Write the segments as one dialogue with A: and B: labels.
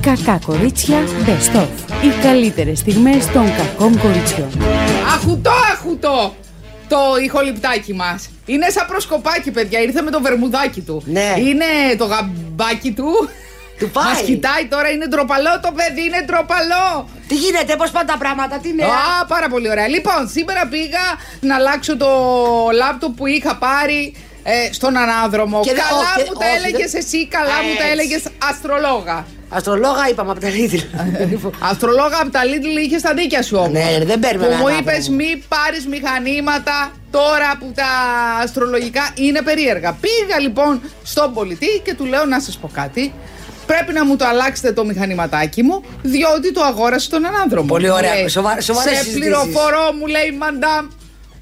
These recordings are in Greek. A: Κακά κορίτσια Best of. Οι καλύτερες στιγμές των κακών κοριτσιών.
B: Αχουτό, αχουτό! Το ηχοληπτάκι μας. Είναι σαν προσκοπάκι, παιδιά. Ήρθε με το βερμουδάκι του.
C: Ναι.
B: Είναι το γαμπάκι του.
C: Του πάει.
B: Μας κοιτάει τώρα, είναι ντροπαλό το παιδί, είναι ντροπαλό.
C: Τι γίνεται, πώς πάνε τα πράγματα, τι νέα.
B: Α, πάρα πολύ ωραία. Λοιπόν, σήμερα πήγα να αλλάξω το λάπτοπ που είχα πάρει ε, στον ανάδρομο.
C: Και δεν-
B: καλά
C: όχι,
B: μου τα
C: όχι,
B: έλεγες
C: δεν-
B: εσύ, καλά μου τα
C: Έτσι.
B: έλεγες αστρολόγα.
C: Αστρολόγα είπαμε από τα Lidl.
B: Αστρολόγα από τα Lidl είχες τα δίκια σου όμως.
C: Ναι, ρε, δεν
B: που
C: παίρνουμε.
B: μου είπες μη πάρεις μηχανήματα τώρα που τα αστρολογικά είναι περίεργα. Πήγα λοιπόν στον πολιτή και του λέω να σας πω κάτι. Πρέπει να μου το αλλάξετε το μηχανηματάκι μου, διότι το αγόρασε τον ανάδρομο.
C: Πολύ ωραία.
B: Μου λέει,
C: Σοβα- σοβαρές
B: Σε
C: συζητήσεις».
B: πληροφορώ, μου λέει μαντάμ,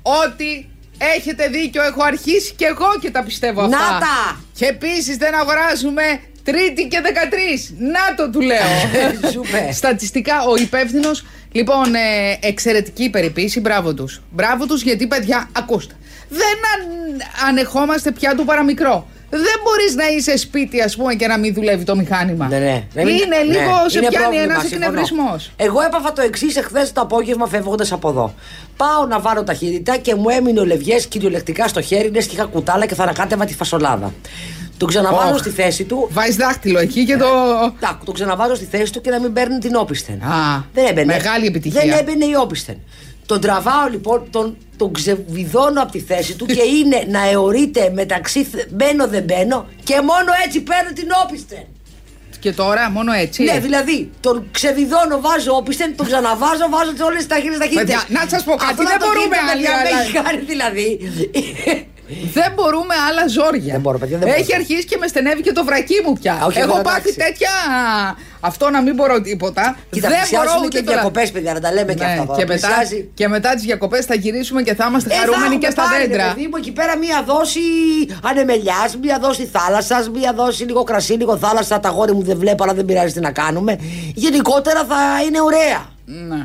B: ότι έχετε δίκιο. Έχω αρχίσει και εγώ και τα πιστεύω αυτά.
C: Να τα!
B: Και επίσης δεν αγοράζουμε Τρίτη και 13. Να το του λέω.
C: Σούπερ.
B: Στατιστικά ο υπεύθυνος. Λοιπόν, ε, εξαιρετική περιποίηση. Μπράβο τους. Μπράβο τους γιατί, παιδιά, ακούστε. Δεν αν, ανεχόμαστε πια το παραμικρό. Δεν μπορείς να είσαι σπίτι, ας πούμε, και να μην δουλεύει το μηχάνημα.
C: Ναι, ναι. Να μην-
B: Είναι
C: ναι.
B: λίγο σε
C: Είναι
B: πιάνει
C: πρόβλημα,
B: ένας
C: συμφωνώ.
B: εκνευρισμός.
C: Εγώ έπαθα το εξής εχθές το απόγευμα φεύγοντας από εδώ. Πάω να βάλω ταχύτητα και μου έμεινε ο λευγές κυριολεκτικά στο χέρι, λες και είχα κουτάλα και θα ανακάτευα τη φασολάδα. Τον ξαναβάζω
B: Ωχ.
C: στη θέση του.
B: Βάζεις δάχτυλο εκεί και το.
C: Τάκ, τον ξαναβάζω στη θέση του και να μην παίρνει την όπισθεν.
B: Α,
C: δεν έμπαινε.
B: μεγάλη επιτυχία.
C: Δεν έμπαινε η όπισθεν. Τον τραβάω λοιπόν, τον, τον ξεβιδώνω από τη θέση του και είναι να αιωρείται μεταξύ θε- μπαίνω δεν μπαίνω και μόνο έτσι παίρνω την όπισθεν.
B: Και τώρα μόνο έτσι.
C: Ναι, δηλαδή τον ξεβιδώνω, βάζω όπισθεν, τον ξαναβάζω, βάζω τι όλες τις ταχύτητες ταχύτητε.
B: Παιδιά, να σας πω κάτι, δεν μπορούμε άλλη
C: Με
B: αλλά-
C: έχει κάνει δηλαδή.
B: Δεν μπορούμε άλλα ζόρια.
C: Δεν μπορώ, παιδιά, δεν
B: Έχει
C: μπορώ.
B: αρχίσει και με στενεύει και το βρακί μου πια.
C: Α, όχι,
B: Έχω
C: εγώ,
B: πάθει
C: εντάξει.
B: τέτοια. Αυτό να μην μπορώ τίποτα.
C: Κοίτα,
B: δεν μπορώ
C: πλησιάζουν
B: ούτε
C: και
B: τώρα.
C: διακοπές, παιδιά, να τα λέμε και
B: Ναι,
C: αυτά. τώρα.
B: και, μετά,
C: Πλησιάζει.
B: και μετά τις διακοπές θα γυρίσουμε και θα είμαστε
C: Ε, θα
B: χαρούμενοι και
C: έχουμε
B: στα
C: πάλι, ρε
B: δέντρα.
C: Παιδί μου, εκεί πέρα μία δόση ανεμελιάς, μία δόση θάλασσας, μία δόση λίγο κρασί, λίγο θάλασσα. Τα γόρια μου δεν βλέπω, αλλά δεν πειράζει τι να κάνουμε. Γενικότερα θα είναι ωραία.
B: Ναι.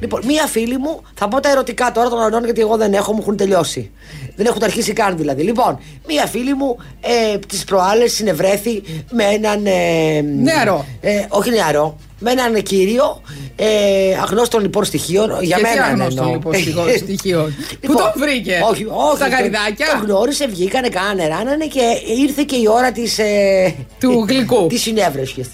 C: Λοιπόν, μία φίλη μου, θα πω τα ερωτικά τώρα των αρνών, γιατί εγώ δεν έχω, μου έχουν τελειώσει. Δεν έχουν αρχίσει καν δηλαδή. Λοιπόν, μία φίλη μου ε, τις προάλλες συνευρέθη με έναν. Ε,
B: Νεαρό.
C: Ε, όχι νεαρό. Με έναν κύριο ε, αγνώστων λοιπόν στοιχείων. Για
B: Και τι
C: μένα Λοιπόν,
B: άγνωστο, λοιπόν, στοιχείο- στοιχείο. Πού τον βρήκε?
C: Όχι, όχι.
B: Στα
C: τον-
B: γαριδάκια?
C: Τον γνώρισε, βγήκανε, κάνανε, ράνανε και ήρθε και η ώρα της. Ε,
B: Του γλυκού.
C: Της συνέβρεσης.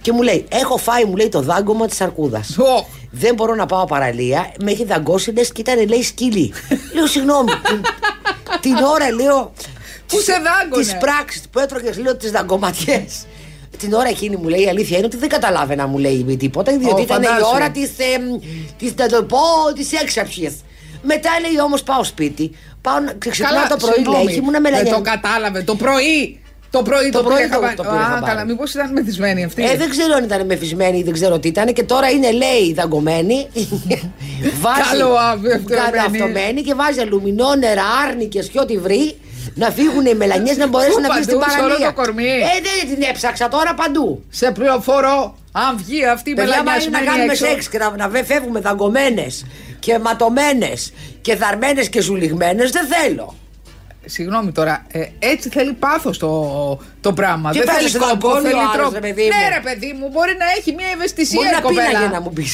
C: Και μου λέει: Έχω φάει, μου λέει, το δάγκωμα της αρκούδας.
B: Ω,
C: Δεν μπορώ να πάω παραλία. Με έχει δαγκώσει λε και ήταν λέει σκύλι. λέω συγγνώμη. την, την ώρα λέω.
B: Πού σε δάγκωνε?
C: Τις πράξεις που έτρωγες, λέω τις δαγκωματιές. Την ώρα εκείνη μου λέει η αλήθεια είναι ότι δεν καταλάβαινα μου λέει τίποτα, διότι
B: Ω,
C: ήταν η
B: φαντάσου.
C: ώρα της. Της να το πω, της έξαψη. Μετά λέει όμως πάω σπίτι. Πάω να ξυπνάω το πρωί,
B: συγγνώμη.
C: λέει, ήμουν
B: Δεν
C: μελανιά.
B: το κατάλαβε. Το πρωί. Το πρωί
C: Το
B: το,
C: πρωί
B: πήρε
C: το-
B: χαμπάρι.
C: το πήρε
B: Α,
C: χαμπάρι.
B: καλά, μήπως ήταν μεθυσμένη αυτή.
C: Ε, δεν ξέρω αν ήταν μεθυσμένη ή δεν ξέρω τι ήταν και τώρα είναι λέει δαγκωμένη. βάζει
B: Καλό αυτομένη.
C: αυτομένη και βάζει αλουμινό, νερά, άρνικες και ό,τι βρει να φύγουν οι μελανιές να μπορέσουν
B: Πού
C: να βγει στην
B: παντού, σε όλο
C: παραλία.
B: το κορμί.
C: Ε, δεν την έψαξα τώρα παντού.
B: Σε πληροφορώ, αν βγει αυτή η
C: Παιδιά, άμα είναι να
B: μελανιασμένη
C: κάνουμε
B: έξω.
C: σεξ και να, να βε- φεύγουμε δαγκωμένες και ματωμένες και δαρμένες και ζουλιγμένες δεν θέλω.
B: Συγγνώμη τώρα, ε, έτσι θέλει πάθος το, το πράγμα.
C: Τι
B: Δεν
C: πάθος,
B: θέλει
C: να
B: κόπο,
C: κόβει ο
B: θέλει
C: άλλος,
B: τρόπο.
C: ρε παιδί μου.
B: ναι, ρε παιδί μου, μπορεί να έχει μια ευαισθησία
C: Μπορεί
B: η
C: να
B: κοπέλα.
C: πίναγε να μου πεις.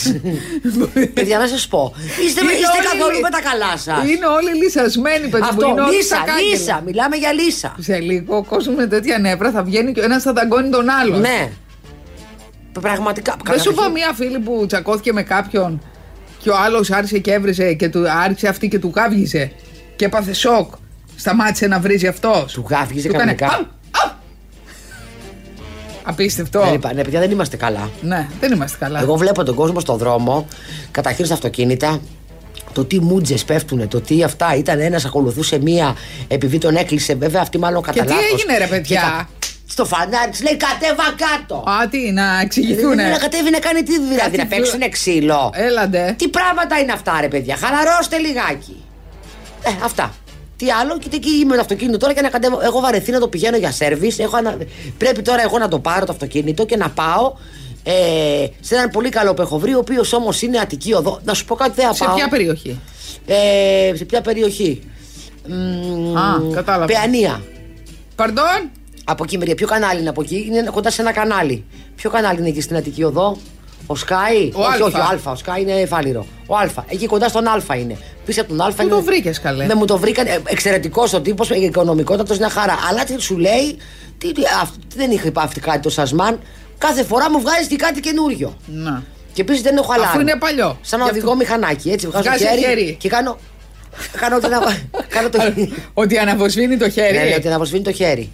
C: Παιδιά, να σας πω. Είστε,
B: Είναι
C: είστε
B: όλοι
C: καθόλου
B: λι-
C: με τα καλά σας.
B: Είναι όλοι λυσασμένοι, παιδί μου.
C: Αυτό,
B: Είναι όλοι
C: Λίσα,
B: σακάκελα.
C: Λίσα, μιλάμε για Λίσα.
B: Σε λίγο ο κόσμος με τέτοια νεύρα θα βγαίνει και ο ένας θα δαγκώνει τον άλλον.
C: Ναι. Πραγματικά.
B: Δεν σου είπα
C: καταρχήν-
B: μία φίλη που τσακώθηκε με κάποιον και ο άλλος άρχισε και έβριζε και του άρχισε αυτή και του κάβγιζε. Και έπαθε σοκ. Σταμάτησε να βρίζει αυτός.
C: Του γάβγιζε
B: έκανε
C: κανονικά.
B: «Αμ, αμ». Απίστευτο.
C: Δεν είπα, ναι, παιδιά, δεν είμαστε καλά.
B: Ναι, δεν είμαστε καλά.
C: Εγώ βλέπω τον κόσμο στον δρόμο, καταρχήν στα αυτοκίνητα, το τι μουτζες πέφτουν, το τι αυτά. Ήταν ένας, ακολουθούσε μία, επειδή τον έκλεισε, βέβαια αυτή μάλλον
B: Και
C: κατά
B: τι
C: λάθος.
B: έγινε, ρε παιδιά.
C: Και τα- Στο φανάρι της λέει κατέβα κάτω.
B: Α, τι, να
C: Δηλαδή,
B: εξηγηθούν.
C: Να κατέβει να κάνει τι δηλαδή,
B: Κάτι
C: να παίξουν
B: βλα-
C: ξύλο.
B: Έλαντε.
C: Τι πράγματα είναι αυτά, ρε παιδιά. Χαλαρώστε λιγάκι. Ε, αυτά. Τι άλλο, κοίτα εκεί είμαι το αυτοκίνητο τώρα και να κατέβω. Έχω βαρεθεί να το πηγαίνω για σερβι. Ανα... Πρέπει τώρα εγώ να το πάρω το αυτοκίνητο και να πάω ε, σε έναν πολύ καλό που έχω βρει, ο οποίος όμως είναι Αττική οδό. Να σου πω κάτι, δεν θα
B: Σε
C: πάω.
B: ποια περιοχή.
C: Ε, σε ποια περιοχή. Μμμ,
B: Α, κατάλαβα.
C: Παιανία.
B: Παρντών.
C: Από εκεί μεριά. Ποιο κανάλι είναι από εκεί, είναι κοντά σε ένα κανάλι. Ποιο κανάλι είναι εκεί στην Αττική Οδό, ο Σκάι.
B: Ο
C: όχι,
B: Αλφα.
C: όχι, ο Αλφα. Ο Σκάι είναι φάληρο. Ο Αλφα. Εκεί κοντά στον Αλφα είναι. Πίσω από τον Αλφα
B: Πού
C: είναι.
B: το βρήκες, καλέ?
C: Ναι, μου το βρήκαν. Εξαιρετικός ο τύπος, οικονομικότατος, μια χαρά. Αλλά τι σου λέει, τι, τι, αυ- δεν είχε πάθει κάτι το Σασμάν. Κάθε φορά μου βγάζεις και κάτι καινούριο.
B: Να.
C: Και επίσης δεν έχω αλλάξει.
B: Αφού είναι παλιό.
C: Σαν να
B: Γι' αυτό-
C: οδηγώ μηχανάκι, έτσι. Βγάζω
B: Βγάζει
C: χέρι,
B: χέρι.
C: και κάνω. κάνω, την αγο- κάνω το χέρι.
B: Ότι αναβοσβήνει το χέρι.
C: Ναι, ναι, ότι να προσφύγει το χέρι.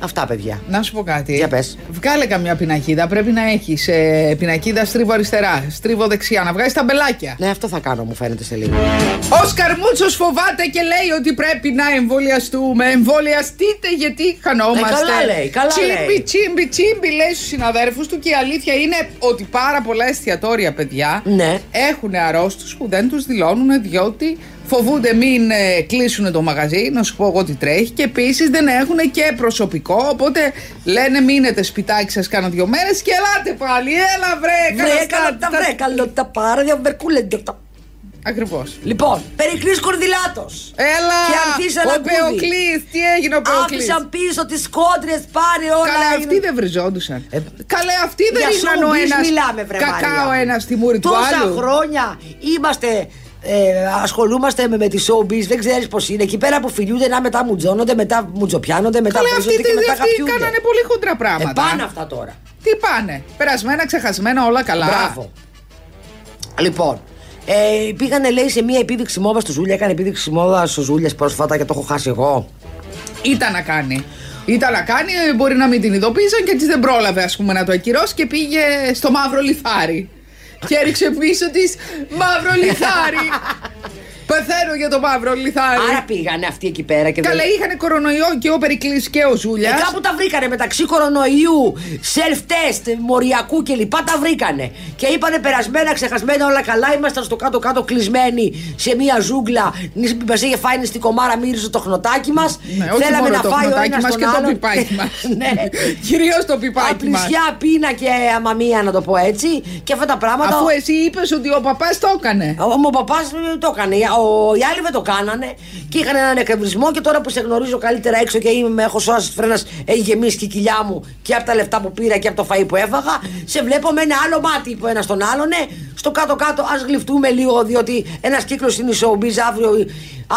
C: Αυτά, παιδιά.
B: Να σου πω κάτι.
C: Για πες.
B: Βγάλε καμιά πινακίδα. Πρέπει να έχεις ε, πινακίδα στρίβο αριστερά, στρίβο δεξιά. Να βγάζει τα μπελάκια.
C: Ναι, αυτό θα κάνω, μου φαίνεται σε λίγο.
B: Ο Σκαρμούτσο φοβάται και λέει ότι πρέπει να εμβολιαστούμε. Εμβολιαστείτε γιατί χανόμαστε.
C: Ε, καλά λέει, καλά
B: τσίμπι,
C: λέει.
B: τσίμπι, τσίμπι, λέει στους συναδέρφους του. Και η αλήθεια είναι ότι πάρα πολλά εστιατόρια, παιδιά,
C: Ναι.
B: έχουν αρρώστους που δεν τους δηλώνουν διότι φοβούνται μην ε, κλείσουν το μαγαζί. Να σου πω εγώ τι τρέχει. Και επίσης δεν έχουν και προσωπικό. Οπότε λένε μείνετε σπιτάκι σας κάνα δύο μέρες και ελάτε πάλι. Έλα, βρε,
C: Βρε, καλά τα
B: τα-
C: βρε, καλό τα πάρα, διαβερκούλεντο τα.
B: Ακριβώς.
C: Λοιπόν, Περικλής Κορδιλάτος.
B: Έλα!
C: Και αρθείς ένα
B: ο Πεοκλής! Τι έγινε ο Πεοκλής!
C: Άφησαν πίσω τις κόντρες, πάρε όλα.
B: Καλέ,
C: έγινε.
B: αυτοί δεν βριζόντουσαν.
C: Ε,
B: Καλέ, αυτοί δεν
C: Για
B: ήμαν ο
C: showbiz
B: ένας
C: μιλάμε, βρε
B: κακά
C: Μαρία.
B: ο ένας στη μούρη του
C: Τόσα
B: άλλου.
C: χρόνια είμαστε. Ε, ασχολούμαστε με, με τη showbiz, δεν ξέρεις πώς είναι. Εκεί πέρα που φιλιούνται, να μετά μουτζώνονται, μετά μουτζοπιάνονται, μετά
B: Καλέ, αυτοί,
C: βρίζονται και μετά
B: αυτοί
C: χαπιούνται.
B: κάνανε πολύ χοντρά
C: ε,
B: πράγματα.
C: πάνε αυτά τώρα.
B: Τι πάνε, περασμένα, ξεχασμένα, όλα καλά.
C: Μπράβο. Λοιπόν, ε, πήγανε λέει σε μια επίδειξη μόδας στο Ζούλια. Έκανε επίδειξη μόδας στο Ζούλιας πρόσφατα και το έχω χάσει εγώ.
B: Ήταν να κάνει. Ήταν να κάνει, μπορεί να μην την ειδοποίησαν και τη δεν πρόλαβε ας πούμε να το ακυρώσει και πήγε στο μαύρο λιθάρι. Και έριξε πίσω της μαύρο λιθάρι. Πεθαίνω για το μαύρο λιθάρι.
C: Άρα πήγανε αυτοί εκεί πέρα και
B: Ε, Καλά, είχαν κορονοϊό και ο Περικλής και ο
C: Ε,
B: Ζούλιας.
C: κάπου τα βρήκανε μεταξύ κορονοϊού, self-test, μοριακού κλπ. Τα βρήκανε. Και είπανε περασμένα, ξεχασμένα όλα καλά. Ήμασταν στο κάτω-κάτω κλεισμένοι σε μια ζούγκλα. Μας είχε φάει στην κομμάρα, μύριζε το χνοτάκι μας.
B: Ναι, όχι μόνο το χνοτάκι μας και το πιπάκι μας.
C: ναι.
B: Κυρίως το πιπάκι μας.
C: Απλησιά, πείνα και αμαμία, να το πω έτσι. Και αυτά τα πράγματα.
B: Αφού ε- εσύ είπες ότι ο παπάς το έκανε.
C: Ο, ο παπά το έκανε. Ο, οι άλλοι δεν το κάνανε και είχαν έναν εκνευρισμό. Και τώρα που σε γνωρίζω καλύτερα έξω και είμαι, έχω σώσει φρένας, έχει γεμίσει και η κοιλιά μου και από τα λεφτά που πήρα και από το φαΐ που έφαγα. Σε βλέπω με ένα άλλο μάτι που ένα τον άλλον. ε. Στο κάτω-κάτω, ας γλυφτούμε λίγο, διότι ένας κύκλος είναι η showbiz. Αύριο,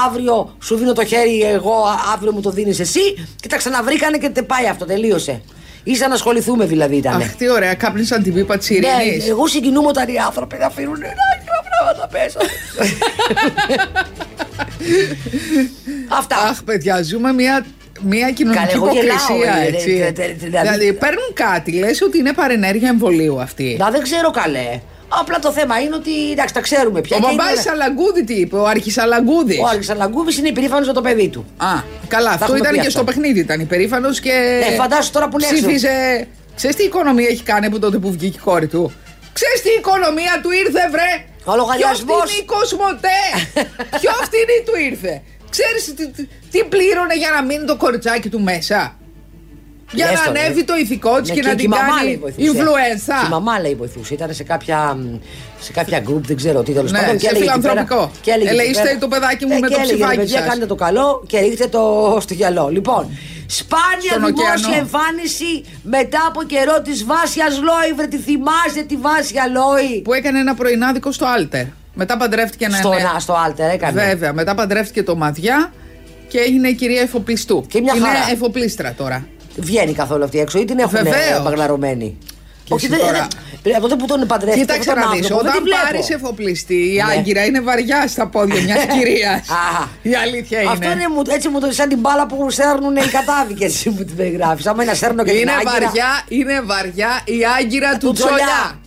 C: αύριο σου δίνω το χέρι εγώ, α- αύριο μου το δίνεις εσύ. Και τα ξαναβρήκανε και τε πάει αυτό, τελείωσε. Ήσαν να ασχοληθούμε δηλαδή ήταν.
B: Αχ, τι ωραία, κάπνισαν την πίπα της ειρηνής.
C: Ναι, εγώ συγκινούμαι όταν οι άνθρωποι να αφήνουν ένα άκυρα πράγματα πέσα. Αυτά.
B: Αχ, παιδιά, ζούμε μια, μια κοινωνική
C: Καλέ, εγώ γελάω,
B: υποκρισία,
C: ε,
B: έτσι.
C: ε, ε, ε, δηλαδή-
B: δηλαδή, παίρνουν κάτι, λες ότι είναι παρενέργεια εμβολίου αυτή.
C: Να δεν ξέρω καλέ. Απλά το θέμα είναι ότι εντάξει, τα ξέρουμε πια.
B: Ο
C: και είναι
B: μπαμπάς
C: ωραία.
B: Σαλαγκούδη τι είπε, ο Αρχισαλαγκούδης.
C: Ο Άλεξ Αλαγκούβης είναι υπερήφανος για το παιδί του.
B: Α, καλά, αυτό
C: έχουμε
B: ήταν
C: πει
B: και
C: αυτό.
B: στο παιχνίδι, ήταν υπερήφανος και...
C: Ναι, φαντάσου τώρα που είναι έξω.
B: Ψήφιζε... Ξέρεις τι οικονομία έχει κάνει από τότε που βγήκε η κόρη του. Ξέρεις τι οικονομία του ήρθε, βρε!
C: Ο λογαριασμός.
B: Πιο φτηνή κοσμοτέ! Πιο φτηνή του ήρθε! Ξέρεις τι, τι, τι πλήρωνε για να μείνει το κοριτσάκι του μέσα. Για
C: Λες
B: να
C: το, ρε.
B: ανέβει το ηθικό της
C: Ναι,
B: και, να
C: και
B: την
C: η μαμά
B: κάνει
C: λέει βοηθούσε. Η
B: influencer.
C: μαμά λέει βοηθούσε. Ήταν σε κάποια, μ, σε κάποια group, δεν ξέρω τι τέλος
B: Ναι,
C: πάντων. και
B: σε
C: έλεγε εκεί πέρα-
B: φιλανθρωπικό.
C: Και έλεγε
B: Έλε,
C: εκεί
B: είστε
C: πέρα-
B: το παιδάκι μου
C: Ε,
B: με
C: και
B: το
C: έλεγε, ρε
B: ψηφάκι
C: παιδιά,
B: σας.
C: κάντε το καλό και ρίχτε το στο γυαλό. Λοιπόν, σπάνια
B: Στον
C: δημόσια
B: ωκεανό.
C: εμφάνιση μετά από καιρό της Βάσιας Λόι. Βρε, τη θυμάστε τη Βάσια Λόι.
B: Που έκανε ένα πρωινάδικο στο Άλτερ. Μετά παντρεύτηκε ένα
C: Στο,
B: νέο-
C: να, στο Άλτερ έκανε.
B: Βέβαια, μετά παντρεύτηκε το Μαδιά και έγινε η κυρία εφοπλιστού.
C: Και μια
B: είναι
C: χαρά. Ε,
B: εφοπλίστρα τώρα.
C: Βγαίνει καθόλου αυτή έξω ή την έχουν
B: Βεβαίως.
C: παγλαρωμένη.
B: Και
C: Όχι,
B: εσύ
C: δεν.
B: τώρα.
C: δεν- Από τότε που τον παντρεύτηκε.
B: Κοίταξε
C: αυτόν
B: να
C: τον
B: δει.
C: άνθρωπο, δεν
B: Όταν
C: τη βλέπω.
B: πάρεις εφοπλιστή, η
C: Ναι.
B: άγκυρα είναι βαριά στα πόδια μιας κυρίας.
C: Α,
B: Η αλήθεια είναι.
C: Αυτό είναι μου- έτσι μου το σαν την μπάλα που σέρνουν οι κατάδικε. Εσύ μου την περιγράφεις. Άμα είναι να σέρνω και την
B: Είναι
C: άγκυρα Ε,
B: βαριά, είναι βαριά η άγκυρα του Τσολιά.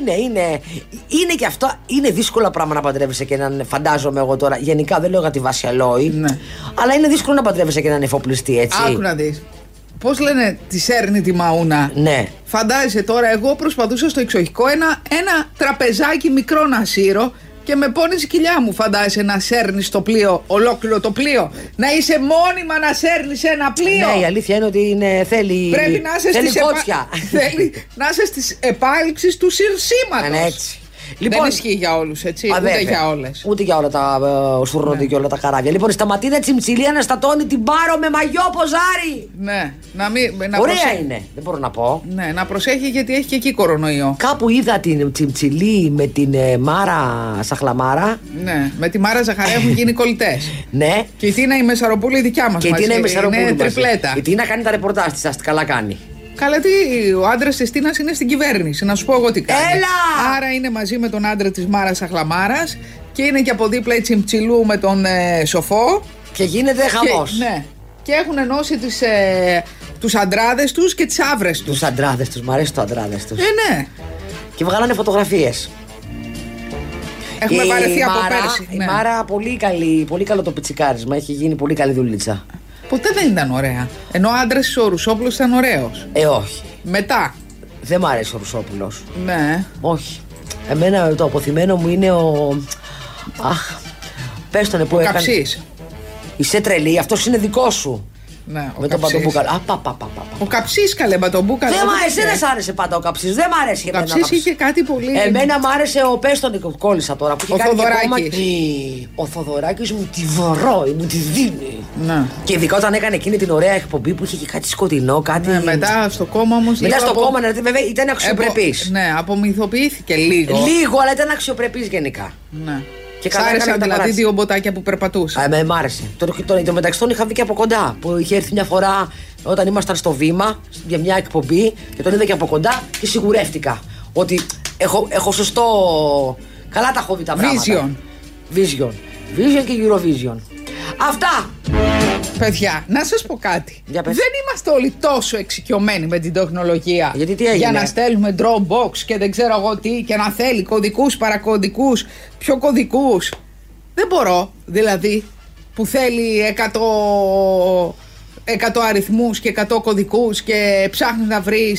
C: Είναι, είναι. Είναι και αυτό. Είναι δύσκολα πράγμα να παντρεύεσαι και έναν. Φαντάζομαι εγώ τώρα. Γενικά δεν λέω για τη Βασιαλόη.
B: Ναι.
C: Αλλά είναι δύσκολο να παντρεύεσαι και έναν εφοπλιστή, έτσι.
B: Άκου να δεις. Πώς λένε, τη σέρνει τη μαούνα.
C: Ναι.
B: Φαντάζεσαι τώρα, εγώ προσπαθούσα στο εξοχικό ένα, ένα τραπεζάκι μικρό να σύρω και με πόνιζε η κοιλιά μου. Φαντάζεσαι να σέρνει το πλοίο, ολόκληρο το πλοίο. Να είσαι μόνιμα να σέρνεις ένα πλοίο.
C: Ναι, η αλήθεια είναι ότι είναι, θέλει.
B: Πρέπει να είσαι
C: θέλει
B: στις επα-
C: κότσια.
B: Θέλει να είσαι στις επάλυξεις του συρσήματος.
C: Ναι, έτσι.
B: Δεν ισχύει για όλους, έτσι.
C: Α,
B: ούτε
C: βέβαια.
B: για όλες.
C: Ούτε για όλα τα ε, σουρνόντι και όλα τα καράβια. Λοιπόν, η σταματίνα τσιμτσιλία να στατώνει την πάρο με μαγιό ποζάρι.
B: Ναι, να μην. Να
C: Ωραία
B: προσέχει.
C: είναι, δεν μπορώ να πω.
B: Ναι, να προσέχει γιατί έχει και εκεί κορονοϊό.
C: Κάπου είδα την τσιμτσιλή με την ε, Μάρα Σαχλαμάρα.
B: Ναι, με τη Μάρα Ζαχαρέα έχουν γίνει κολλητές.
C: Ναι.
B: Και η Τίνα η Μεσαροπούλη δικιά μας.
C: Και η Τίνα η Μεσσαροπούλου
B: ε, Είναι
C: μαζί.
B: τριπλέτα.
C: Η Τίνα κάνει τα ρεπορτάζ της, ας καλά κάνει.
B: Καλά, τι, ο άντρας της Τίνας είναι στην κυβέρνηση. Να σου πω εγώ τι κάνει.
C: Έλα!
B: Άρα είναι μαζί με τον άντρα της Μάρας Αχλαμάρας και είναι και από δίπλα η Τσιμψιλού με τον ε, Σοφό.
C: Και γίνεται χαμό.
B: Και, ναι. Και έχουν ενώσει τις, ε, τους αντράδες τους και τις άβρες τους.
C: Τους αντράδες τους, μου αρέσει το αντράδες τους.
B: Ε, ναι.
C: Και βγάλανε φωτογραφίες.
B: Έχουμε βαρεθεί από πέρσι.
C: Η
B: ναι.
C: Μάρα πολύ, καλή, πολύ καλό το πιτσικάρισμα. Έχει γίνει πολύ καλή δουλίτσα.
B: Ποτέ δεν ήταν ωραία. Ενώ ο άντρα ο Ρουσόπουλος ήταν ωραίος.
C: Ε, όχι.
B: Μετά.
C: Δεν μ' αρέσει ο Ρουσόπουλος.
B: Ναι.
C: Όχι. Εμένα το αποθυμένο μου είναι ο. Αχ. Πες τον που έκανε.
B: Καψής.
C: Είσαι τρελή, αυτός είναι δικός σου.
B: Ναι, ο
C: με τον
B: Καψής.
C: παντοπούκαλο. Α, πα, πα, πα, πα. πα.
B: Ο Καψής καλέ, μπατομπούκα.
C: Δεν μ' αρέσει, δεν Ναι, σ' άρεσε πάντα ο καψής. Δεν μ' αρέσει
B: Ο
C: εμένα
B: Καψής είχε κάτι πολύ.
C: Εμένα μ' άρεσε ο Πέστον, κόλλησα τώρα που είχε
B: Ο
C: κάνει και
B: Θοδωράκης.
C: κόμμα. Τι, Ο Θοδωράκης μου τη βαράει, μου τη δίνει.
B: Ναι.
C: Και ειδικά όταν έκανε εκείνη την ωραία εκπομπή που είχε και κάτι σκοτεινό, κάτι.
B: Ναι, μετά στο κόμμα όμως.
C: Μετά στο κόμμα, ναι, βέβαια ήταν αξιοπρεπής.
B: Ναι, απομυθοποιήθηκε Ναι, λίγο.
C: Λίγο, αλλά ήταν αξιοπρεπής γενικά.
B: Ναι.
C: Και
B: Και
C: καλά έκανε τα
B: δηλαδή
C: παράτησε.
B: δύο μποτάκια που περπατούσε.
C: Α, με μ' άρεσε. Τον, τον, τον μεταξύ τον είχα δει και από κοντά. Που είχε έρθει μια φορά όταν ήμασταν στο βήμα για μια εκπομπή και τον είδα και από κοντά και σιγουρεύτηκα ότι έχω, έχω σωστό. Καλά τα έχω δει τα πράγματα. Vision. Vision και Eurovision. Αυτά!
B: Παιδιά, να σας πω κάτι.
C: Για πες.
B: δεν είμαστε όλοι τόσο εξοικειωμένοι με την τεχνολογία.
C: Γιατί τι έγινε?
B: Για να στέλνουμε Dropbox και δεν ξέρω εγώ τι και να θέλει κωδικούς παρακωδικούς, πιο κωδικούς. Δεν μπορώ. Δηλαδή, που θέλει 100, 100 αριθμούς και 100 κωδικούς και ψάχνεις να βρεις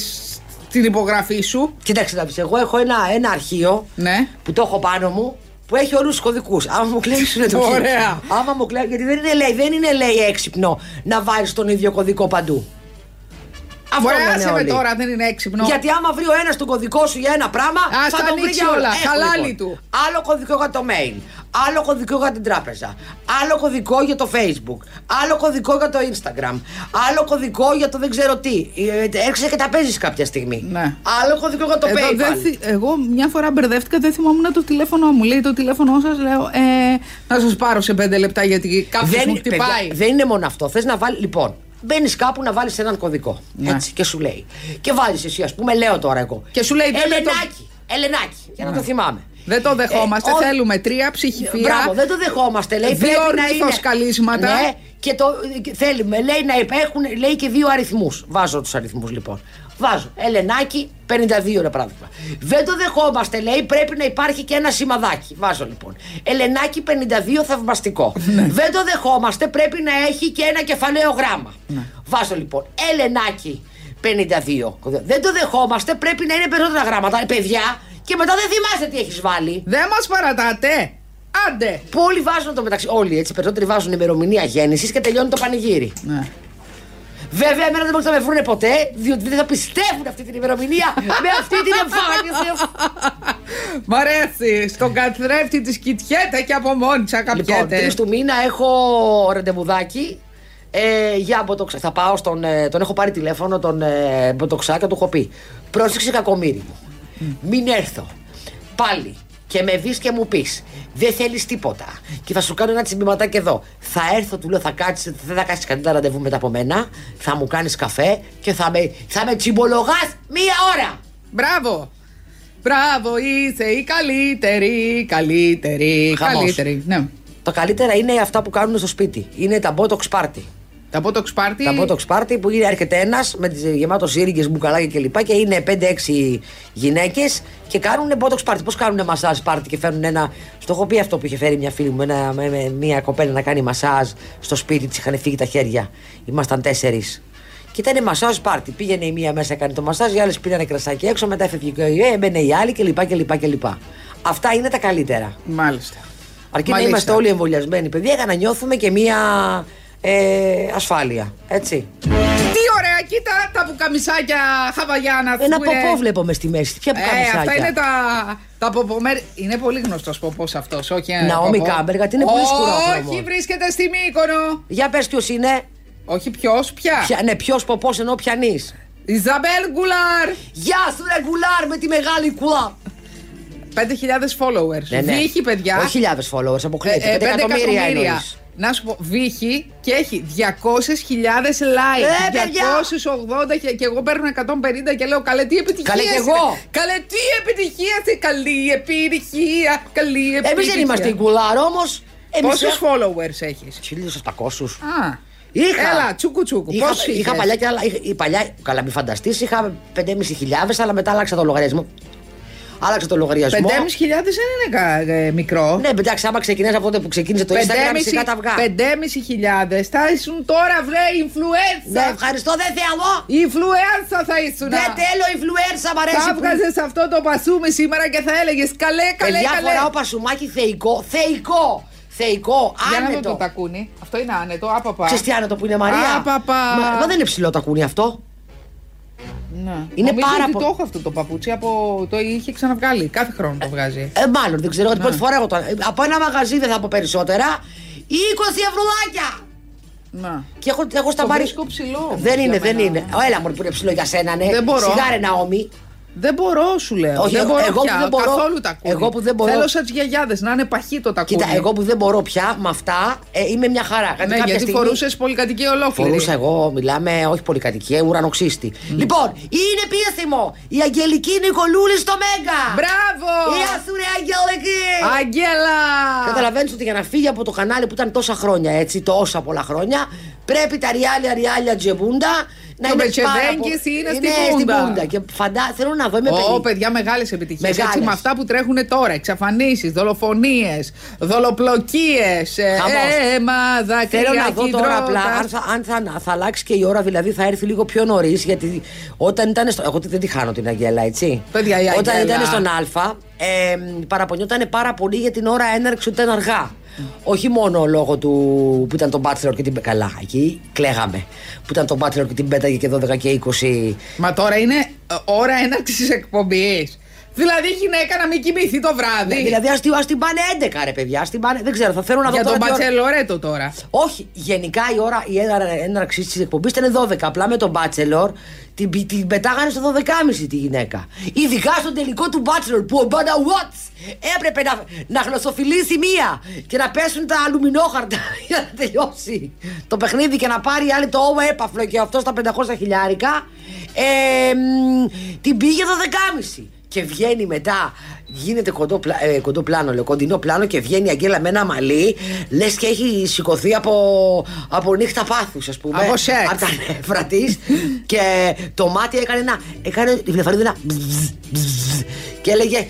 B: την υπογραφή σου.
C: Κοίταξε να πεις, εγώ έχω ένα, ένα αρχείο
B: Ναι.
C: που το έχω πάνω μου που έχει όλους τους κωδικούς. Άμα μου κλέψουν το
B: Ωραία.
C: Άμα μου κλέψουν. Γιατί δεν είναι, λέει, δεν είναι λέει έξυπνο να βάλει τον ίδιο κωδικό παντού. Αυτό
B: Ωραία,
C: λένε
B: άσε με
C: όλοι.
B: τώρα, δεν είναι έξυπνο.
C: Γιατί άμα βρει ο ένας τον κωδικό σου για ένα πράγμα,
B: Α,
C: θα
B: τα
C: τον βρει
B: ανοίξει
C: για όλα.
B: όλα.
C: Έχω,
B: Χαλάλι του.
C: Άλλο κωδικό για το mail. Άλλο κωδικό για την τράπεζα. Άλλο κωδικό για το facebook. Άλλο κωδικό για το instagram. Άλλο κωδικό για το δεν ξέρω τι. Ε, Έρχεσαι και τα παίζεις κάποια στιγμή.
B: Ναι.
C: Άλλο κωδικό για το
B: Εδώ
C: paypal.
B: δεν θυ- εγώ μια φορά μπερδεύτηκα, δεν θυμόμουν το τηλέφωνο μου. Λέει το τηλέφωνο σας, λέω. Ε, να σας πάρω σε πέντε λεπτά γιατί κάποιος μου
C: παιδιά,
B: χτυπάει.
C: δεν είναι μόνο αυτό. Θες να βάλει. Λοιπόν, μπαίνεις κάπου να βάλεις έναν κωδικό.
B: Ναι.
C: Έτσι, και σου λέει. Και βάλει εσύ, ας πούμε, λέω τώρα εγώ.
B: Και σου λέει, δεν με το- Ναι.
C: Ελενάκι. Ελενάκι. Για να το θυμάμαι.
B: Δεν το δεχόμαστε.
C: Ε, ο-
B: Θέλουμε τρία ψυχηφία.
C: Μπράβο, δεν το δεχόμαστε. Λέει,
B: Δύο
C: πρέπει να
B: ορνήθος
C: είναι.
B: καλύσματα.
C: Ναι, και το και θέλουμε. Λέει να υπάρχουν λέει και δύο αριθμούς. Βάζω τους αριθμούς λοιπόν. Βάζω. Ελενάκι, 52 ρε παράδειγμα. Δεν το δεχόμαστε, λέει. Πρέπει να υπάρχει και ένα σημαδάκι. Βάζω λοιπόν. Ελενάκι, 52 θαυμαστικό. Δεν το δεχόμαστε, πρέπει να έχει και ένα κεφαλαίο γράμμα. Βάζω λοιπόν. Ελενάκι, 52. Δεν το δεχόμαστε, πρέπει να είναι περισσότερα γράμματα. Ε, Παιδιά, και μετά δεν θυμάστε τι έχεις βάλει.
B: Δεν μας παρατάτε. Άντε.
C: Που όλοι βάζουν το μεταξύ. Όλοι έτσι. Περισσότεροι βάζουν ημερομηνία γέννησης και τελειώνει το πανηγύρι.
B: Ναι.
C: Βέβαια, εμένα δεν μπορούν να με βρούνε ποτέ, διότι δεν θα πιστεύουν αυτή την ημερομηνία με αυτή την εμφάνιση.
B: Μ' αρέσει. Στον καθρέφτη της κοιτιέται και από μόνη της
C: λοιπόν,
B: αγαπιέται.
C: τρεις του μήνα έχω ραντεβουδάκι. Ε, για μποτοξά. Θα πάω στον. ε, τον έχω πάρει τηλέφωνο, τον ε, μποτοξά και του έχω πει: Πρόσεξε κακομίρι μου. Μην έρθω. Πάλι. Και με δεις και μου πεις: Δεν θέλεις τίποτα. Και θα σου κάνω ένα τσιμπηματάκι εδώ. Θα έρθω, του λέω: Θα κάτσεις, δεν θα κάτσεις κανένα ραντεβού μετά από μένα. Θα μου κάνεις καφέ και θα με, θα με τσιμπολογάς μία ώρα.
B: Μπράβο. Μπράβο, είσαι η καλύτερη, καλύτερη,
C: Χαμός.
B: καλύτερη. Ναι.
C: Τα καλύτερα είναι αυτά που κάνουν στο σπίτι. Είναι τα botox party.
B: Τα Botox Party.
C: Τα botox party που είναι, έρχεται ένας με τις γεμάτος σύριγγες, μπουκαλάκια κλπ. Και, λοιπά και είναι 5-6 γυναίκες και κάνουν botox party. Πώ κάνουν μασάζ party και φέρνουν ένα. Στο έχω πει αυτό που είχε φέρει μια φίλη μου, ένα, με, με- μια κοπέλα να κάνει μασάζ στο σπίτι, της είχαν φύγει τα χέρια. Ήμασταν τέσσερις. Και ήταν μασάζ πάρτι. Πήγαινε η μία μέσα, έκανε το μασάζ, οι άλλες πήρανε κρασάκι έξω, μετά έφευγε και η- ε, έμπαινε η άλλη κλπ. κλπ, κλπ. Αυτά είναι τα καλύτερα.
B: Μάλιστα.
C: Αρκεί να
B: Μάλιστα.
C: είμαστε όλοι εμβολιασμένοι, παιδιά, για να νιώθουμε και μία ε, ασφάλεια. Έτσι.
B: Τι ωραία, κοίτα τα πουκαμισάκια χαβαγιάνα.
C: Ένα
B: που είναι-
C: ποπό βλέπω με στη μέση. Ποια που
B: Ε, αυτά είναι τα, τα ποπομέρ. Είναι πολύ γνωστός ποπός αυτός, όχι ένα.
C: Ναόμι
B: ποπό.
C: Κάμπεργα, τι είναι πολύ λοιπόν. σκουρόχρωμο.
B: Όχι, βρίσκεται στη Μύκονο.
C: Για πες ποιος είναι.
B: Όχι ποιος, πια.
C: Ποια, ναι, ποιος ποπός ενώ πιανής.
B: Ιζαμπέλ Γκουλάρ.
C: Γεια σου, ρε γκουλάρ με τη μεγάλη κουλά.
B: 5.000 followers. Βύχη, Ναι, παιδιά.
C: Ναι, Όχι χιλιάδες followers, αποκλείεται.
B: Ε,
C: Πέντε
B: ε, πέντε Ε,
C: εκατομμύρια εννοείς.
B: Να σου πω, βύχη και έχει 200.000 like.
C: Ε, παιδιά!
B: 280 και, και εγώ παίρνω 150 και λέω καλέ τι επιτυχία.
C: Καλέ, κι
B: είναι.
C: εγώ.
B: Καλέ τι επιτυχία. Τι καλή επιτυχία. Καλή επιτυχία.
C: Εμείς δεν είμαστε η γκουλάρ όμως.
B: Πόσους followers έχεις.
C: 1800.
B: Α,
C: Είχα.
B: Έλα, τσούκου τσούκου.
C: Είχα,
B: Πώς είχες?
C: είχα παλιά και άλλα. Είχα, η παλιά, καλά, μη φανταστείς, είχα 5.500, αλλά μετά άλλαξα το λογαριασμό. Άλλαξα το λογαριασμό.
B: 5.500 δεν είναι κα- ε, μικρό.
C: Ναι, εντάξει, άμα ξεκινάς από τότε που ξεκίνησε το Instagram, φυσικά τα βγά.
B: 5.500 θα ήσουν τώρα βρε influencer.
C: Ναι, ευχαριστώ, δεν θέλω!
B: Influencer θα ήσουν.
C: Δεν θέλω influencer, μ' αρέσει.
B: Θα
C: που-
B: βγάζε αυτό το πασούμι σήμερα και θα έλεγες καλέ, καλέ,
C: Παιδιά,
B: καλέ.
C: φοράω πασουμάκι θεϊκό. Θεϊκό! Θεϊκό!
B: Για να δω το
C: Άνετο!
B: τακούνι. Αυτό είναι άνετο, άπαπα.
C: Ξέρεις τι άνετο που είναι Μαρία.
B: Α, παπα.
C: Μα, μα δεν είναι ψηλό τακούνι αυτό.
B: Ναι.
C: Είναι
B: Νομίζω
C: πάρα
B: ότι
C: πο-
B: το έχω αυτό το παπούτσι, από... το είχε ξαναβγάλει. Κάθε χρόνο το βγάζει.
C: Ε, μάλλον δεν ξέρω. Την πρώτη φορά εγώ το. ε, Από ένα μαγαζί δεν θα πω περισσότερα. 20 ευρουλάκια!
B: Να.
C: Και έχω, έχω στα
B: Το
C: πάρει.
B: βρίσκω ψηλό.
C: Δεν
B: για
C: είναι, δεν
B: μένα.
C: είναι. Ω, Έλα μου που είναι ψηλό για σένα, ναι.
B: Δεν μπορώ.
C: Σιγά ρε Ναόμι.
B: Δεν μπορώ, σου λέω.
C: Όχι,
B: δεν
C: εγώ-
B: μπορώ
C: εγώ που
B: πια.
C: δεν μπορώ-
B: Καθόλου τα ακούω.
C: εγώ που δεν μπορώ-
B: Θέλω σαν τι γιαγιάδε να είναι παχύ το τακούνι.
C: Κοίτα, εγώ που δεν μπορώ πια με αυτά ε, είμαι μια χαρά.
B: Ναι,
C: κάποια
B: γιατί
C: στιγμή-
B: φορούσες πολυκατοικία ολόκληρη.
C: Φορούσα εγώ, μιλάμε, όχι πολυκατοικία, ουρανοξύστη. Λοιπόν, είναι πίθυμο η Αγγελική Νικολούλη στο Μέγκα.
B: Μπράβο!
C: Γεια σου, ε! ρε Αγγελική!
B: Αγγέλα!
C: Καταλαβαίνεις ότι για να φύγει από το κανάλι που ήταν τόσα χρόνια, έτσι, τόσα πολλά χρόνια, πρέπει τα ριάλια ριάλια τζεμπούντα να
B: Και ο
C: είναι πάρα Ναι,
B: Μπετσεδέγκης είναι στη
C: στην
B: Μπούντα.
C: Μπούντα. Και φαντά, θέλω να δω, είμαι
B: Ω,
C: παιδί.
B: παιδιά, μεγάλες επιτυχίες.
C: Μεγάλες.
B: Έτσι, με αυτά που τρέχουν τώρα. Εξαφανίσεις, δολοφονίες, δολοπλοκίες.
C: Χαμός.
B: Έμα, ε, δάκρυα,
C: Θέλω να δω τώρα
B: κεντρώντας.
C: απλά αν, θα, αν θα, θα αλλάξει και η ώρα, δηλαδή θα έρθει λίγο πιο νωρίς. Γιατί όταν ήταν στο. Εγώ δεν τη χάνω την Αγγέλα, έτσι.
B: Παιδιά, η
C: όταν
B: Αγγέλα.
C: ήταν στον Α, ε, παραπονιόταν πάρα πολύ για την ώρα έναρξη ότι ήταν αργά. Όχι μόνο λόγω του που ήταν τον Bachelor και την πέ- Καλά, εκεί κλαίγαμε. Που ήταν τον Bachelor και την πέταγε και 12 και 20.
B: Μα τώρα είναι ε, ώρα έναρξης εκπομπής. Δηλαδή, η γυναίκα να μην κοιμηθεί το βράδυ.
C: Δηλαδή, ας την, ας την πάνε 11, ρε παιδιά. Ας την πάνε, δεν ξέρω, θα θέλω να δω
B: για
C: τώρα
B: τον
C: τι ώρα-
B: Μπατσελορέτο τώρα.
C: Όχι, γενικά η ώρα η ένα- έναρξη της εκπομπής ήταν 12. Απλά με τον Bachelor την, πη- την πετάγανε στο 12.30 τη γυναίκα. Ειδικά στον τελικό του Bachelor που ο Μπάνα Watts έπρεπε να, να γλωσσοφιλήσει μία και να πέσουν τα αλουμινόχαρτα για να τελειώσει το παιχνίδι και να πάρει η άλλη το όμα έπαφλο και αυτός στα 500 χιλιάρικα. Ε, μ, την πήγε 12.30 και βγαίνει μετά, γίνεται κοντό, πλα- ε, κοντό πλάνο, λέω, κοντινό πλάνο και βγαίνει η Αγγέλα με ένα μαλλί, λες και έχει σηκωθεί από, από νύχτα πάθους ας πούμε.
B: Από σεξ.
C: Από τα νεύρα της και το μάτι έκανε ένα, έκανε τη βλεφαρίδα ένα μπζζ, μπζζ και έλεγε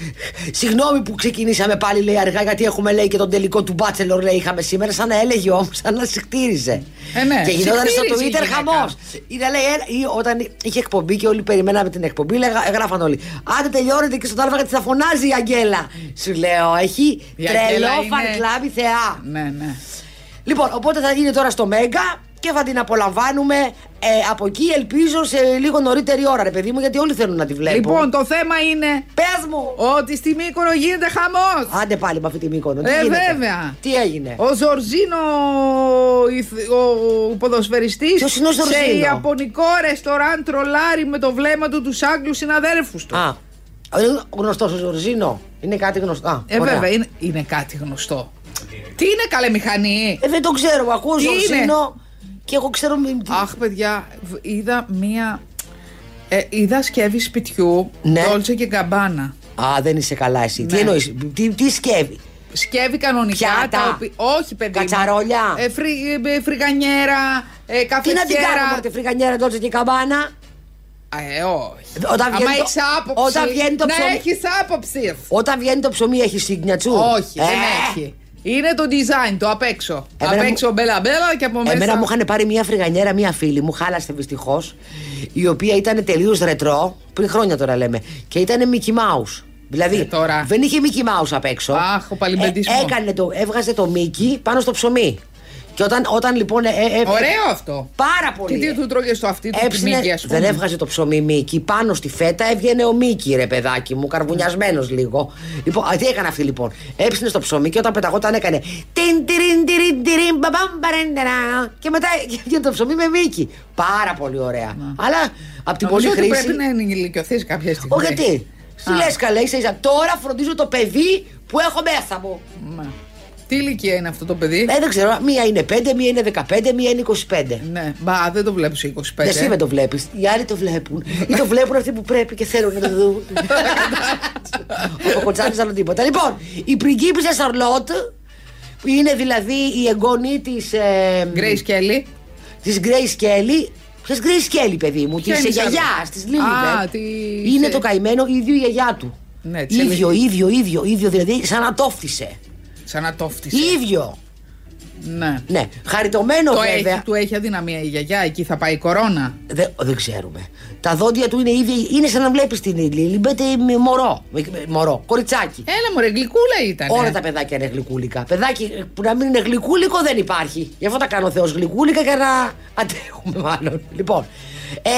C: συγγνώμη που ξεκινήσαμε πάλι λέει αργά γιατί έχουμε λέει και τον τελικό του Bachelor λέει είχαμε σήμερα σαν να έλεγε όμως, σαν να συχτήριζε.
B: Ε, ναι,
C: και γινόταν στο
B: συχτήριζε η
C: Twitter
B: γυναίκα.
C: χαμός. Είδα, λέει, ε, ή όταν είχε εκπομπή και όλοι περιμέναμε την εκπομπή, λέγα, έγραφαν όλοι. Άντε τελειώνετε και στον Άλφα γιατί θα φωνάζει η Αγγέλα. Σου λέω, έχει
B: Η Αγγέλα
C: τρελό
B: είναι-
C: φαν κλαμπ η θεά.
B: Ναι, ναι.
C: Λοιπόν, οπότε θα γίνει τώρα στο Μέγκα και θα την απολαμβάνουμε ε, από εκεί, ελπίζω σε λίγο νωρίτερη ώρα, ρε παιδί μου, γιατί όλοι θέλουν να τη βλέπουν.
B: Λοιπόν, το θέμα είναι
C: πες μου!
B: ότι στη Μύκονο γίνεται χαμός.
C: Άντε πάλι με αυτή τη μήκονο. Τι
B: Ε,
C: γίνεται?
B: βέβαια.
C: Τι έγινε.
B: Ο Ζορζίνο, ηθ- ο ποδοσφαιριστής,
C: Ποιος είναι ο
B: σε
C: Ζορζίνο?
B: ιαπωνικό ρεστοράν τρολάρει με το βλέμμα του τους Άγγλους συναδέλφους του.
C: Α, είναι γνωστός ο Ζορζίνο. Είναι κάτι γνωστό. Α,
B: ε,
C: ωραία.
B: βέβαια, είναι, είναι κάτι γνωστό. Τι είναι καλέ μηχανή.
C: Ε, δεν το ξέρω. Ακούω
B: Τι
C: Ζορζίνο και εγώ ξέρω. μη- τι-
B: Αχ, παιδιά, β- είδα μία. Ε, είδα σκεύη σπιτιού,
C: Ναι.
B: Dolce και Gabbana.
C: Α, δεν είσαι καλά εσύ. Τι
B: Ναι.
C: εννοείς, τι, τι σκεύη.
B: Σκεύη κανονικά.
C: Πιάτα.
B: τα οποία- Όχι, παιδί. μου.
C: Κατσαρόλια.
B: Ε, φρι- ε, φρυγανιέρα, ε,
C: Τι να την κάνουμε
B: καφετιέρα.
C: από τη φρυγανιέρα, Ντότσε και καμπάνα.
B: Α, Ε, όχι.
C: Όταν βγαίνει
B: Άμα
C: το-
B: έχεις άποψη.
C: όταν βγαίνει το
B: να
C: ψωμί.
B: έχεις άποψη.
C: Όταν βγαίνει το ψωμί, έχεις σύγκνια τσου.
B: Όχι, δεν
C: Ε,
B: έχει. Είναι το design, το απ' έξω.
C: Εμένα
B: απ' έξω μπέλα μπέλα και από μέσα.
C: Εμένα μου είχαν πάρει μια φρυγανιέρα, μια φίλη μου, χάλασε δυστυχώς, η οποία ήταν τελείως ρετρό, πριν χρόνια τώρα λέμε, και ήταν Mickey Mouse. Δηλαδή
B: Ε, τώρα.
C: δεν είχε Mickey Mouse απ' έξω. Ε,
B: Αχ, ο παλιμπεντισμός.
C: έκανε το, έβγαζε το Mickey πάνω στο ψωμί. Και όταν, όταν λοιπόν. ε, ε, ε,
B: Ωραίο αυτό.
C: Πάρα
B: Και
C: πολύ.
B: τι του τρώγες στο αυτί του του
C: Έψινε-
B: Μίκη, ας πούμε.
C: δεν έβγαζε το ψωμί Μίκη. Πάνω στη φέτα έβγαινε ο Μίκη, ρε παιδάκι μου, καρβουνιασμένος λίγο. Λοιπόν, α, τι έκανε αυτή λοιπόν. Έψινε στο ψωμί και όταν πεταγόταν έκανε. Τιν, τιριν, τιριν, τιριν, μπαμπαμ, παρεντερά. Και μετά έβγαινε το ψωμί με Μίκη. Πάρα πολύ ωραία. Αλλά από την
B: Νομίζω
C: πολύ
B: ότι
C: χρήση.
B: πρέπει Ναι. να ενηλικιωθείς κάποια στιγμή.
C: Όχι, γιατί. Σου λες καλά, ίσα ίσα. Τώρα φροντίζω το παιδί που έχω μέσα μου.
B: Μα. Τι ηλικία είναι αυτό το παιδί.
C: Ε, δεν ξέρω, μία είναι 5, μία είναι 15, μία είναι 25.
B: Ναι, μπα, δεν το βλέπεις 25.
C: Εσύ δεν το βλέπεις. Οι άλλοι το βλέπουν. Ή το βλέπουν αυτοί που πρέπει και θέλουν να το δουν. Ο Κοτσάνη άλλο τίποτα. Λοιπόν, η πριγκίπισσα Σαρλότ, που είναι δηλαδή η εγγονή ε, της.
B: Grace Kelly.
C: Τη Γκρέι Σκέλι. Ποια Γκρέι Σκέλι, παιδί μου, τη
B: Ποια είναι η Σαρλότ?
C: γιαγιά, τη
B: Α, τη-
C: Λίλιβερ. Είναι το καημένο ίδιο η γιαγιά του.
B: Ναι, της
C: ίδιο, ίδιο, ίδιο, ίδιο, δηλαδή σαν να τόφτισε.
B: Σαν να τόφτισε.
C: Ίδιο.
B: Ναι.
C: Ναι, χαριτωμένο
B: Το
C: βέβαια.
B: έχει, του έχει αδυναμία η γιαγιά, εκεί θα πάει η κορώνα.
C: Δεν, δεν ξέρουμε. Τα δόντια του είναι ίδια. Είναι σαν να βλέπεις την Λίλι. Μπέτε με μωρό. με- με- Μωρό. Κοριτσάκι.
B: Έλα μου, ρε γλυκούλα ήταν.
C: Όλα τα παιδάκια είναι γλυκούλικα. Παιδάκι ε, που να μην είναι γλυκούλικο δεν υπάρχει. Γι' αυτό τα κάνω Θεός γλυκούλικα για να αντέχουμε, μάλλον. Λοιπόν. Ε,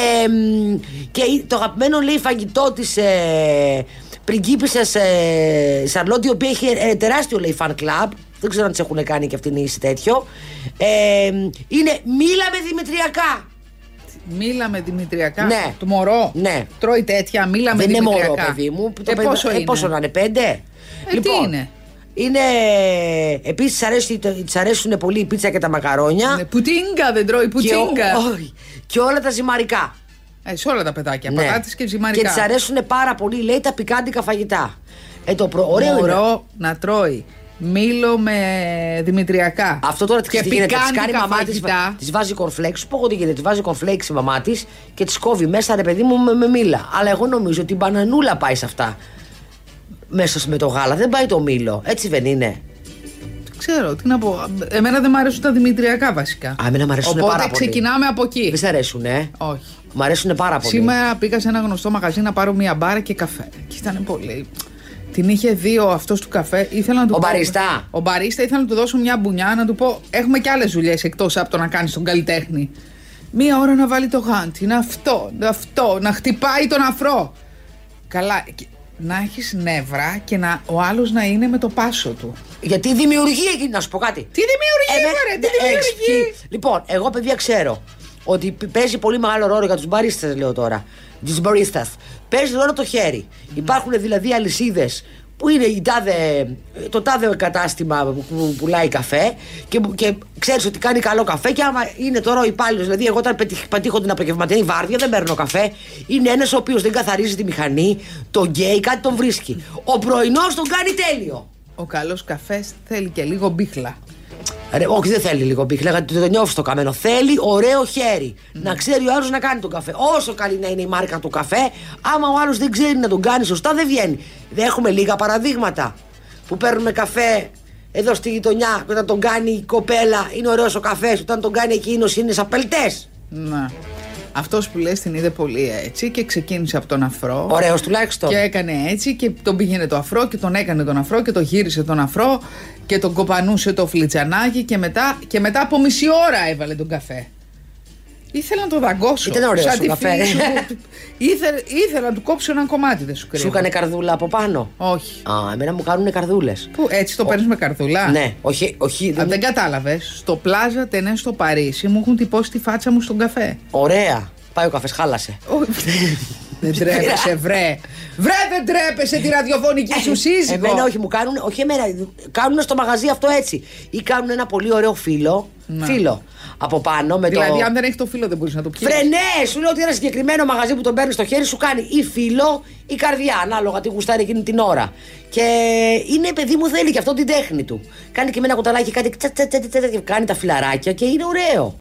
C: μ, και η- το αγαπημένο λέει φαγητό της ε, πριγκίπισσα ε, Σαρλότη, η οποία έχει ε, τεράστιο λέει fan club. Δεν ξέρω αν τις έχουν κάνει και αυτήν ή τέτοιο. Ε, μ, είναι μίλα με δημητριακά.
B: Μίλα με Δημητριακά.
C: Ναι.
B: Το μωρό.
C: Ναι.
B: Τρώει τέτοια, μίλα με
C: Δεν είναι
B: Δημητριακά.
C: μωρό, παιδί μου. που
B: ε,
C: παιδί-
B: πόσο
C: ε,
B: είναι. Ε,
C: πόσο να είναι, πέντε. Λοιπόν,
B: τι είναι?
C: Είναι. Επίσης, της αρέσουν πολύ η πίτσα και τα μακαρόνια.
B: Ναι, Πουτίνγκα δεν τρώει,
C: και, ο-
B: πουτίνγκα.
C: όχι, και όλα τα ζυμαρικά.
B: Ε, σε όλα τα παιδάκια.
C: Ναι.
B: Πατάτες και ζυμαρικά.
C: Και της αρέσουν πάρα πολύ, λέει, τα πικάντικα φαγητά. Ε, το προ... ωραίο είναι.
B: Μωρό να τρώει. Μήλο με δημητριακά.
C: Αυτό τώρα τι
B: και
C: τι γίνεται. Της κάνει η
B: πικάνικα
C: μαμά της.
B: φαγητά.
C: Της βάζει κορφλέξ. Σου πω εγώ τι γίνεται. Της βάζει κορφλέξ η μαμά της και της κόβει μέσα, ρε παιδί μου, με, με μήλα. Αλλά εγώ νομίζω ότι η μπανανούλα πάει σε αυτά. Μέσα με το γάλα. Δεν πάει το μήλο. Έτσι δεν είναι.
B: Ξέρω, τι να πω. Εμένα δεν μου αρέσουν τα δημητριακά βασικά.
C: Α, εμένα μ' αρέσουν
B: Οπότε
C: πάρα πολύ.
B: ξεκινάμε από
C: Δεν
B: εκεί.
C: σ' αρέσουν, ε.
B: Όχι.
C: Μ' αρέσουν πάρα πολύ.
B: Σήμερα πήγα σε ένα γνωστό μαγαζί να πάρω μία μπάρα και καφέ. Και ήταν πολύ. Την είχε δύο αυτός του καφέ. Ήθελα να του
C: Ο
B: πω-
C: μπαρίστα.
B: Ο μπαρίστα ήθελα να του δώσω μια μπουνιά να του πω: Έχουμε και άλλες δουλειές εκτός από το να κάνεις τον καλλιτέχνη. Μία ώρα να βάλει το γάντι, να αυτό, να αυτό, να χτυπάει τον αφρό. Καλά. και- Να έχεις νεύρα και να, ο άλλος να είναι με το πάσο του.
C: Γιατί δημιουργεί εκεί, να σου πω κάτι.
B: Τι δημιουργεί,
C: Εμέ-
B: μωρέ, τι
C: ναι, έχεις
B: δημιουργεί.
C: πει. Λοιπόν, εγώ παιδιά ξέρω ότι π- παίζει πολύ μεγάλο ρόλο για τους μπαρίστες λέω τώρα. Τη μπαρίστας. Παίζει ρόλο το χέρι. Υπάρχουν δηλαδή αλυσίδες που είναι η τάδε, το τάδε κατάστημα που- που πουλάει καφέ και, που- και ξέρεις ότι κάνει καλό καφέ. Και άμα είναι τώρα ο υπάλληλος, δηλαδή εγώ όταν πετύχ- πατήχω την απογευματινή βάρδια δεν παίρνω καφέ. Είναι ένας ο οποίος δεν καθαρίζει τη μηχανή, τον γκέι, κάτι τον βρίσκει. Ο πρωινός τον κάνει τέλειο.
B: Ο καλός καφές θέλει και λίγο μπίχλα.
C: Ρε, όχι, δεν θέλει λίγο μπίχλα, γιατί το νιώθεις το καμένο. Θέλει ωραίο χέρι. Να ξέρει ο άλλος να κάνει τον καφέ. Όσο καλή να είναι η μάρκα του καφέ, άμα ο άλλος δεν ξέρει να τον κάνει σωστά, δεν βγαίνει. Δεν έχουμε λίγα παραδείγματα που παίρνουμε καφέ εδώ στη γειτονιά και όταν τον κάνει η κοπέλα είναι ωραίος ο καφές. Όταν τον κάνει εκείνος είναι σαν πελτές.
B: Να. Αυτό Ναι. που λες την είδε πολύ έτσι και ξεκίνησε από τον αφρό.
C: Ωραίος τουλάχιστον.
B: Και έκανε έτσι και τον πήγαινε το αφρό και τον έκανε τον αφρό και τον γύρισε τον αφρό και τον κοπανούσε το φλιτζανάκι και μετά, και μετά από μισή ώρα έβαλε τον καφέ. Ήθελα να το δαγκώσω.
C: Ήταν ωραίος
B: Σαν
C: ο
B: τη
C: καφέ.
B: φίλη σου που- ήθελα, ήθελα να του κόψω ένα κομμάτι, δεν σου κρύβω.
C: Σου έκανε καρδούλα από πάνω.
B: Όχι.
C: Α, εμένα μου κάνουν καρδούλες.
B: Που, έτσι το παίρνεις με καρδουλά.
C: Ναι, όχι, όχι.
B: Αν
C: Δεν...
B: δεν κατάλαβες, στο πλάζα τενέ στο Παρίσι μου έχουν τυπώσει τη φάτσα μου στον καφέ.
C: Ωραία. Πάει ο καφές, χάλασε.
B: Όχι. Δεν τρέπεσαι, βρε. Βρε, δεν τρέπεσαι τη ραδιοφωνική σου σύζυγο.
C: Ε, Εμένα όχι, μου κάνουν, όχι εμένα, κάνουν στο μαγαζί αυτό έτσι. Ή κάνουν ένα πολύ ωραίο φύλλο, φύλλο από πάνω με
B: Ναι. Δηλαδή,
C: το...
B: αν δεν έχει το φίλο, δεν μπορείς να το πιεις.
C: Βρε, ναι, σου λέω ότι ένα συγκεκριμένο μαγαζί που τον παίρνει στο χέρι σου κάνει ή φύλλο ή καρδιά, ανάλογα τι γουστάρει εκείνη την ώρα. Και είναι παιδί μου, θέλει και αυτό την τέχνη του. Κάνει και με ένα κουταλάκι κάτι, τσα, τσα, τσα, τσα, τσα, και κάνει τα φιλαράκια και είναι ωραίο.